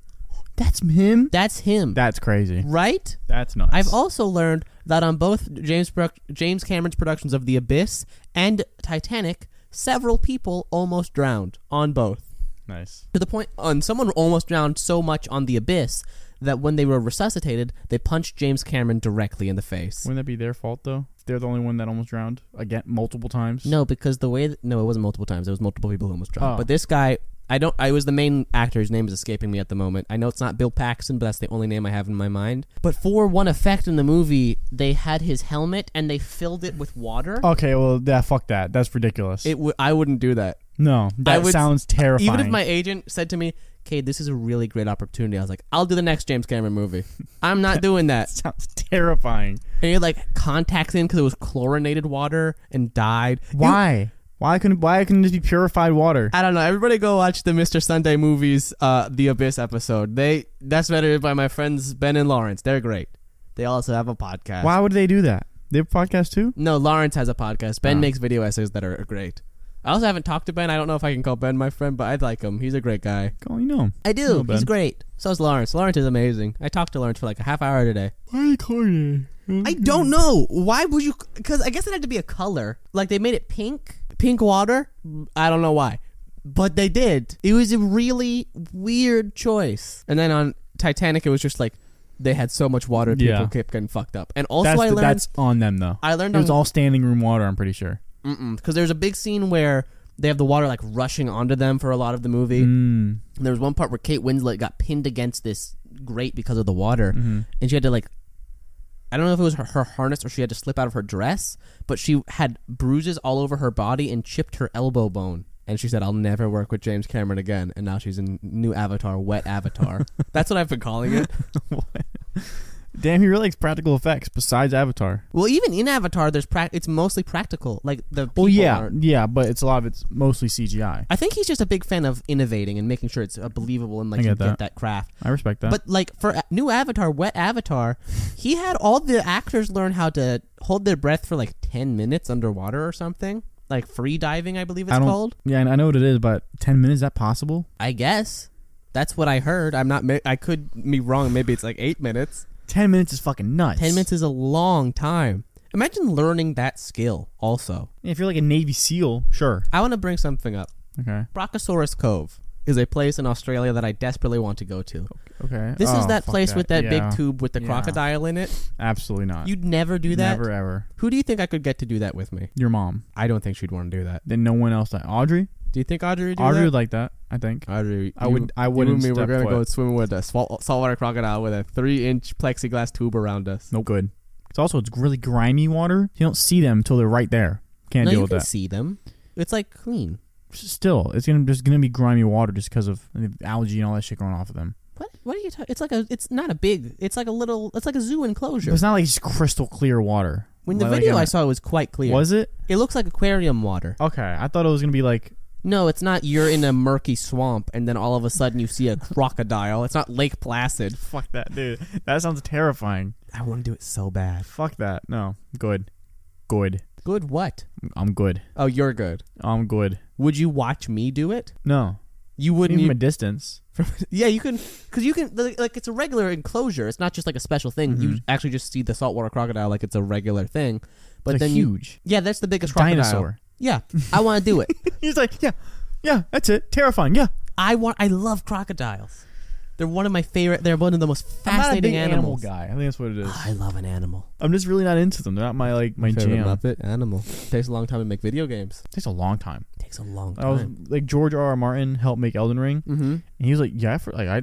S2: That's him.
S1: That's him,
S2: That's crazy.
S1: right?
S2: That's nuts.
S1: I've also learned that on both James Brook James Cameron's productions of The Abyss and Titanic, several people almost drowned on both.
S2: nice.
S1: To the point, and someone almost drowned so much on The Abyss that when they were resuscitated, they punched James Cameron directly in the face.
S2: Wouldn't that be their fault though? If They're the only one that almost drowned again multiple times.
S1: No, because the way that, no, it wasn't multiple times. There was multiple people who almost drowned.
S2: Oh.
S1: But this guy, I don't. I was the main actor. His name is escaping me at the moment. I know it's not Bill Paxton, but that's the only name I have in my mind. But for one effect in the movie, they had his helmet and they filled it with water.
S2: Okay. Well, yeah. Fuck that. That's ridiculous.
S1: It. W- I wouldn't do that.
S2: no.
S1: I
S2: That
S1: would-
S2: sounds terrifying.
S1: Even if my agent said to me, "Cade, this is a really great opportunity," I was like, "I'll do the next James Cameron movie. I'm not doing that."
S2: sounds terrifying.
S1: And he had, like contacts in because it was chlorinated water and died. You-
S2: Why? Why couldn't Why couldn't this be purified water?
S1: I don't know. Everybody go watch the Mr. Sunday movies, uh, The Abyss episode. They that's better by my friends Ben and Lawrence. They're great. They also have a podcast.
S2: Why would they do that? They have a podcast too.
S1: No, Lawrence has a podcast. Ben
S2: Oh.
S1: makes video essays that are great. I also haven't talked to Ben. I don't know if I can call Ben my friend, but I like him. He's a great guy.
S2: Call you know. 'em.
S1: I
S2: Hello,
S1: do. He's
S2: Ben.
S1: great. So is Lawrence. Lawrence is amazing. I talked to Lawrence for like a half hour today.
S2: Why are you calling it?
S1: I don't know. Why would you? Because I guess it had to be a color. Like they made it pink, pink water. I don't know why, but they did. It was a really weird choice. And then on Titanic, it was just like they had so much water, people
S2: Yeah.
S1: kept getting fucked up. And also,
S2: That's,
S1: I
S2: the-
S1: learned
S2: that's on them though.
S1: I learned
S2: It was
S1: on-
S2: all standing room water. I'm pretty sure.
S1: because there's a big scene where they have the water like rushing onto them for a lot of the movie.
S2: Mm.
S1: And there was one part where Kate Winslet got pinned against this grate because of the
S2: Mm-hmm.
S1: water, and she had to like. I don't know if it was her, her harness or she had to slip out of her dress, but she had bruises all over her body and chipped her elbow bone. And she said, "I'll never work with James Cameron again." And now she's in new Avatar, Wet Avatar. That's what I've been calling it.
S2: Damn, he really likes practical effects besides Avatar.
S1: Well, even in Avatar, there's prac it's mostly practical. Like the people
S2: Well, yeah,
S1: aren't-
S2: yeah, but it's a lot of it's mostly CGI.
S1: I think he's just a big fan of innovating and making sure it's uh, believable and like
S2: I
S1: you
S2: get
S1: get
S2: that.
S1: that craft.
S2: I respect that.
S1: But like for a- new Avatar, Wet Avatar, he had all the actors learn how to hold their breath for like ten minutes underwater or something, like free diving, I believe it's
S2: I don't-
S1: called.
S2: yeah, and I know what it is, but ten minutes is that possible?
S1: I guess that's what I heard. I'm not. ma- I could be wrong. Maybe it's like eight minutes.
S2: Ten minutes is fucking nuts.
S1: Ten minutes is a long time. Imagine learning that skill. Also,
S2: If you're like a Navy SEAL, sure.
S1: I want to bring something up.
S2: Okay.
S1: Brachiosaurus Cove is a place in Australia that I desperately want to go to.
S2: Okay.
S1: This is
S2: Oh,
S1: that
S2: fuck
S1: place with that
S2: Yeah.
S1: big tube with the
S2: Yeah.
S1: crocodile in it.
S2: Absolutely not.
S1: You'd never do that.
S2: Never ever.
S1: Who do you think I could get to do that with me?
S2: Your mom.
S1: I don't think she'd want to do that.
S2: Then no one else. That Audrey.
S1: Do you think Audrey would do
S2: Audrey
S1: that?
S2: would like that. I think.
S1: Audrey,
S2: I
S1: you-
S2: would. I
S1: you
S2: wouldn't.
S1: and me were
S2: step
S1: gonna
S2: foot.
S1: go swimming with a swa- saltwater crocodile with a three-inch plexiglass tube around us.
S2: No good. It's also it's really grimy water. You don't see them until they're right there. Can't
S1: no,
S2: deal
S1: you
S2: with
S1: can
S2: that.
S1: see them. It's like clean.
S2: Still, it's gonna there's gonna be grimy water just because of the algae and all that shit going off of them.
S1: What? What are you talking? It's like a. It's not a big. It's like a little. It's like a zoo
S2: But
S1: enclosure.
S2: it's not like it's crystal clear water.
S1: When the
S2: Like-
S1: video I
S2: like,
S1: saw, it was quite clear.
S2: was it
S1: It looks like aquarium water.
S2: okay? I thought it was gonna be like
S1: No, it's not. You're in a murky swamp, and then all of a sudden you see a crocodile. It's not Lake Placid.
S2: fuck that, dude. That sounds terrifying.
S1: I want to do it so bad.
S2: Fuck that. No, good, good.
S1: Good. What?
S2: I'm good.
S1: Oh, you're good.
S2: I'm good.
S1: Would you watch me do it?
S2: No,
S1: You
S2: Even
S1: wouldn't.
S2: from
S1: You,
S2: a distance.
S1: yeah, you can because you can like like, it's a regular enclosure. It's not just like a special thing. You
S2: Mm-hmm.
S1: actually just see the saltwater crocodile like it's a regular thing. But
S2: But
S1: then you
S2: huge
S1: yeah, that's the biggest crocodile.
S2: dinosaur.
S1: Yeah, I want to do it.
S2: He's like, yeah, yeah, that's it. Terrifying. Yeah.
S1: I want. I love crocodiles. They're one of my favorite. They're one of the most fascinating
S2: animal
S1: animals.
S2: guy. I think that's what it is.
S1: I love an animal.
S2: I'm just really not into them. They're not my like my
S1: Favorite
S2: jam.
S1: Muppet animal. Takes a long time to make video games.
S2: takes a long time.
S1: Takes a long
S2: I was
S1: time.
S2: like George R. R. Martin helped make Elden Ring,
S1: Mm-hmm.
S2: and he was like, yeah, I for, like I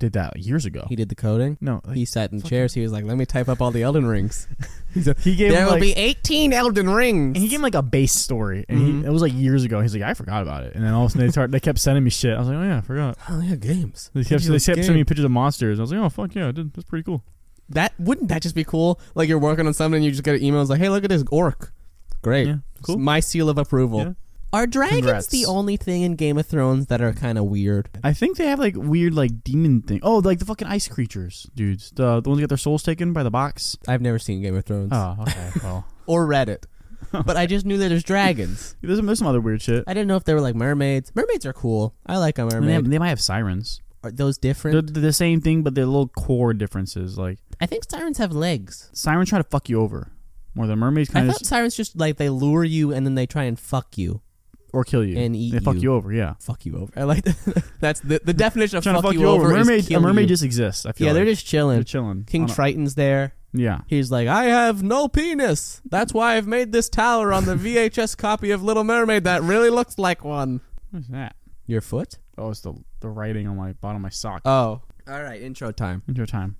S2: did that years ago.
S1: He did the coding.
S2: no, like,
S1: He sat in chairs. He was like, "Let me type up all the Elden Rings.
S2: he's a, he gave
S1: there
S2: him,
S1: will
S2: like,
S1: be 18 Elden Rings."
S2: and he gave him like a base story, and
S1: Mhm.
S2: he, it was like years ago. He's like, I forgot about it, and then all of a sudden they start, they kept sending me shit. I was like, oh yeah, I forgot.
S1: oh yeah, games.
S2: They kept, they kept sending me pictures of monsters. I was like, oh fuck yeah, I did. That's pretty cool.
S1: That wouldn't that just be cool? Like you're working on something, and you just get an email. It's like, "Hey, look at this orc. Great.
S2: Yeah,
S1: It's
S2: cool.
S1: my seal of approval."
S2: Yeah.
S1: Are dragons
S2: Congrats.
S1: the only thing in Game of Thrones that are kind of weird?
S2: I think they have like weird like demon thing. Oh, like the fucking ice creatures, dudes. The the ones that got their souls taken by the box.
S1: I've never seen Game of Thrones
S2: Oh, okay. Well,
S1: or read it, but I just knew that there's dragons.
S2: there's, there's some other weird shit.
S1: I didn't know if they were like mermaids. Mermaids are cool. I like a
S2: I mean, they,
S1: mermaid.
S2: have- they might have sirens.
S1: Are those
S2: They're,
S1: different?
S2: they're the same thing, but they're little core differences. Like
S1: I think sirens have legs.
S2: sirens try to fuck you over more than mermaids
S1: I
S2: kind of
S1: thought sirens just like they lure you and then they try and fuck you.
S2: or kill you
S1: and eat
S2: They fuck
S1: you.
S2: you over. Yeah,
S1: fuck you over. I like that. That's the, the definition of
S2: trying
S1: fuck,
S2: to fuck
S1: you, over. is
S2: Mermaid, a
S1: kill
S2: mermaid
S1: you.
S2: just exists. I feel
S1: yeah, they're
S2: like.
S1: just chilling.
S2: they're chilling.
S1: King
S2: On a-
S1: Triton's there.
S2: yeah,
S1: He's like, I have no penis. That's why I've made this tower on the VHS copy of Little Mermaid that really looks like one.
S2: what's that?
S1: Your foot? Uh,
S2: Oh, it's the the writing on my bottom of my sock.
S1: Oh. All right, intro time.
S2: Intro time.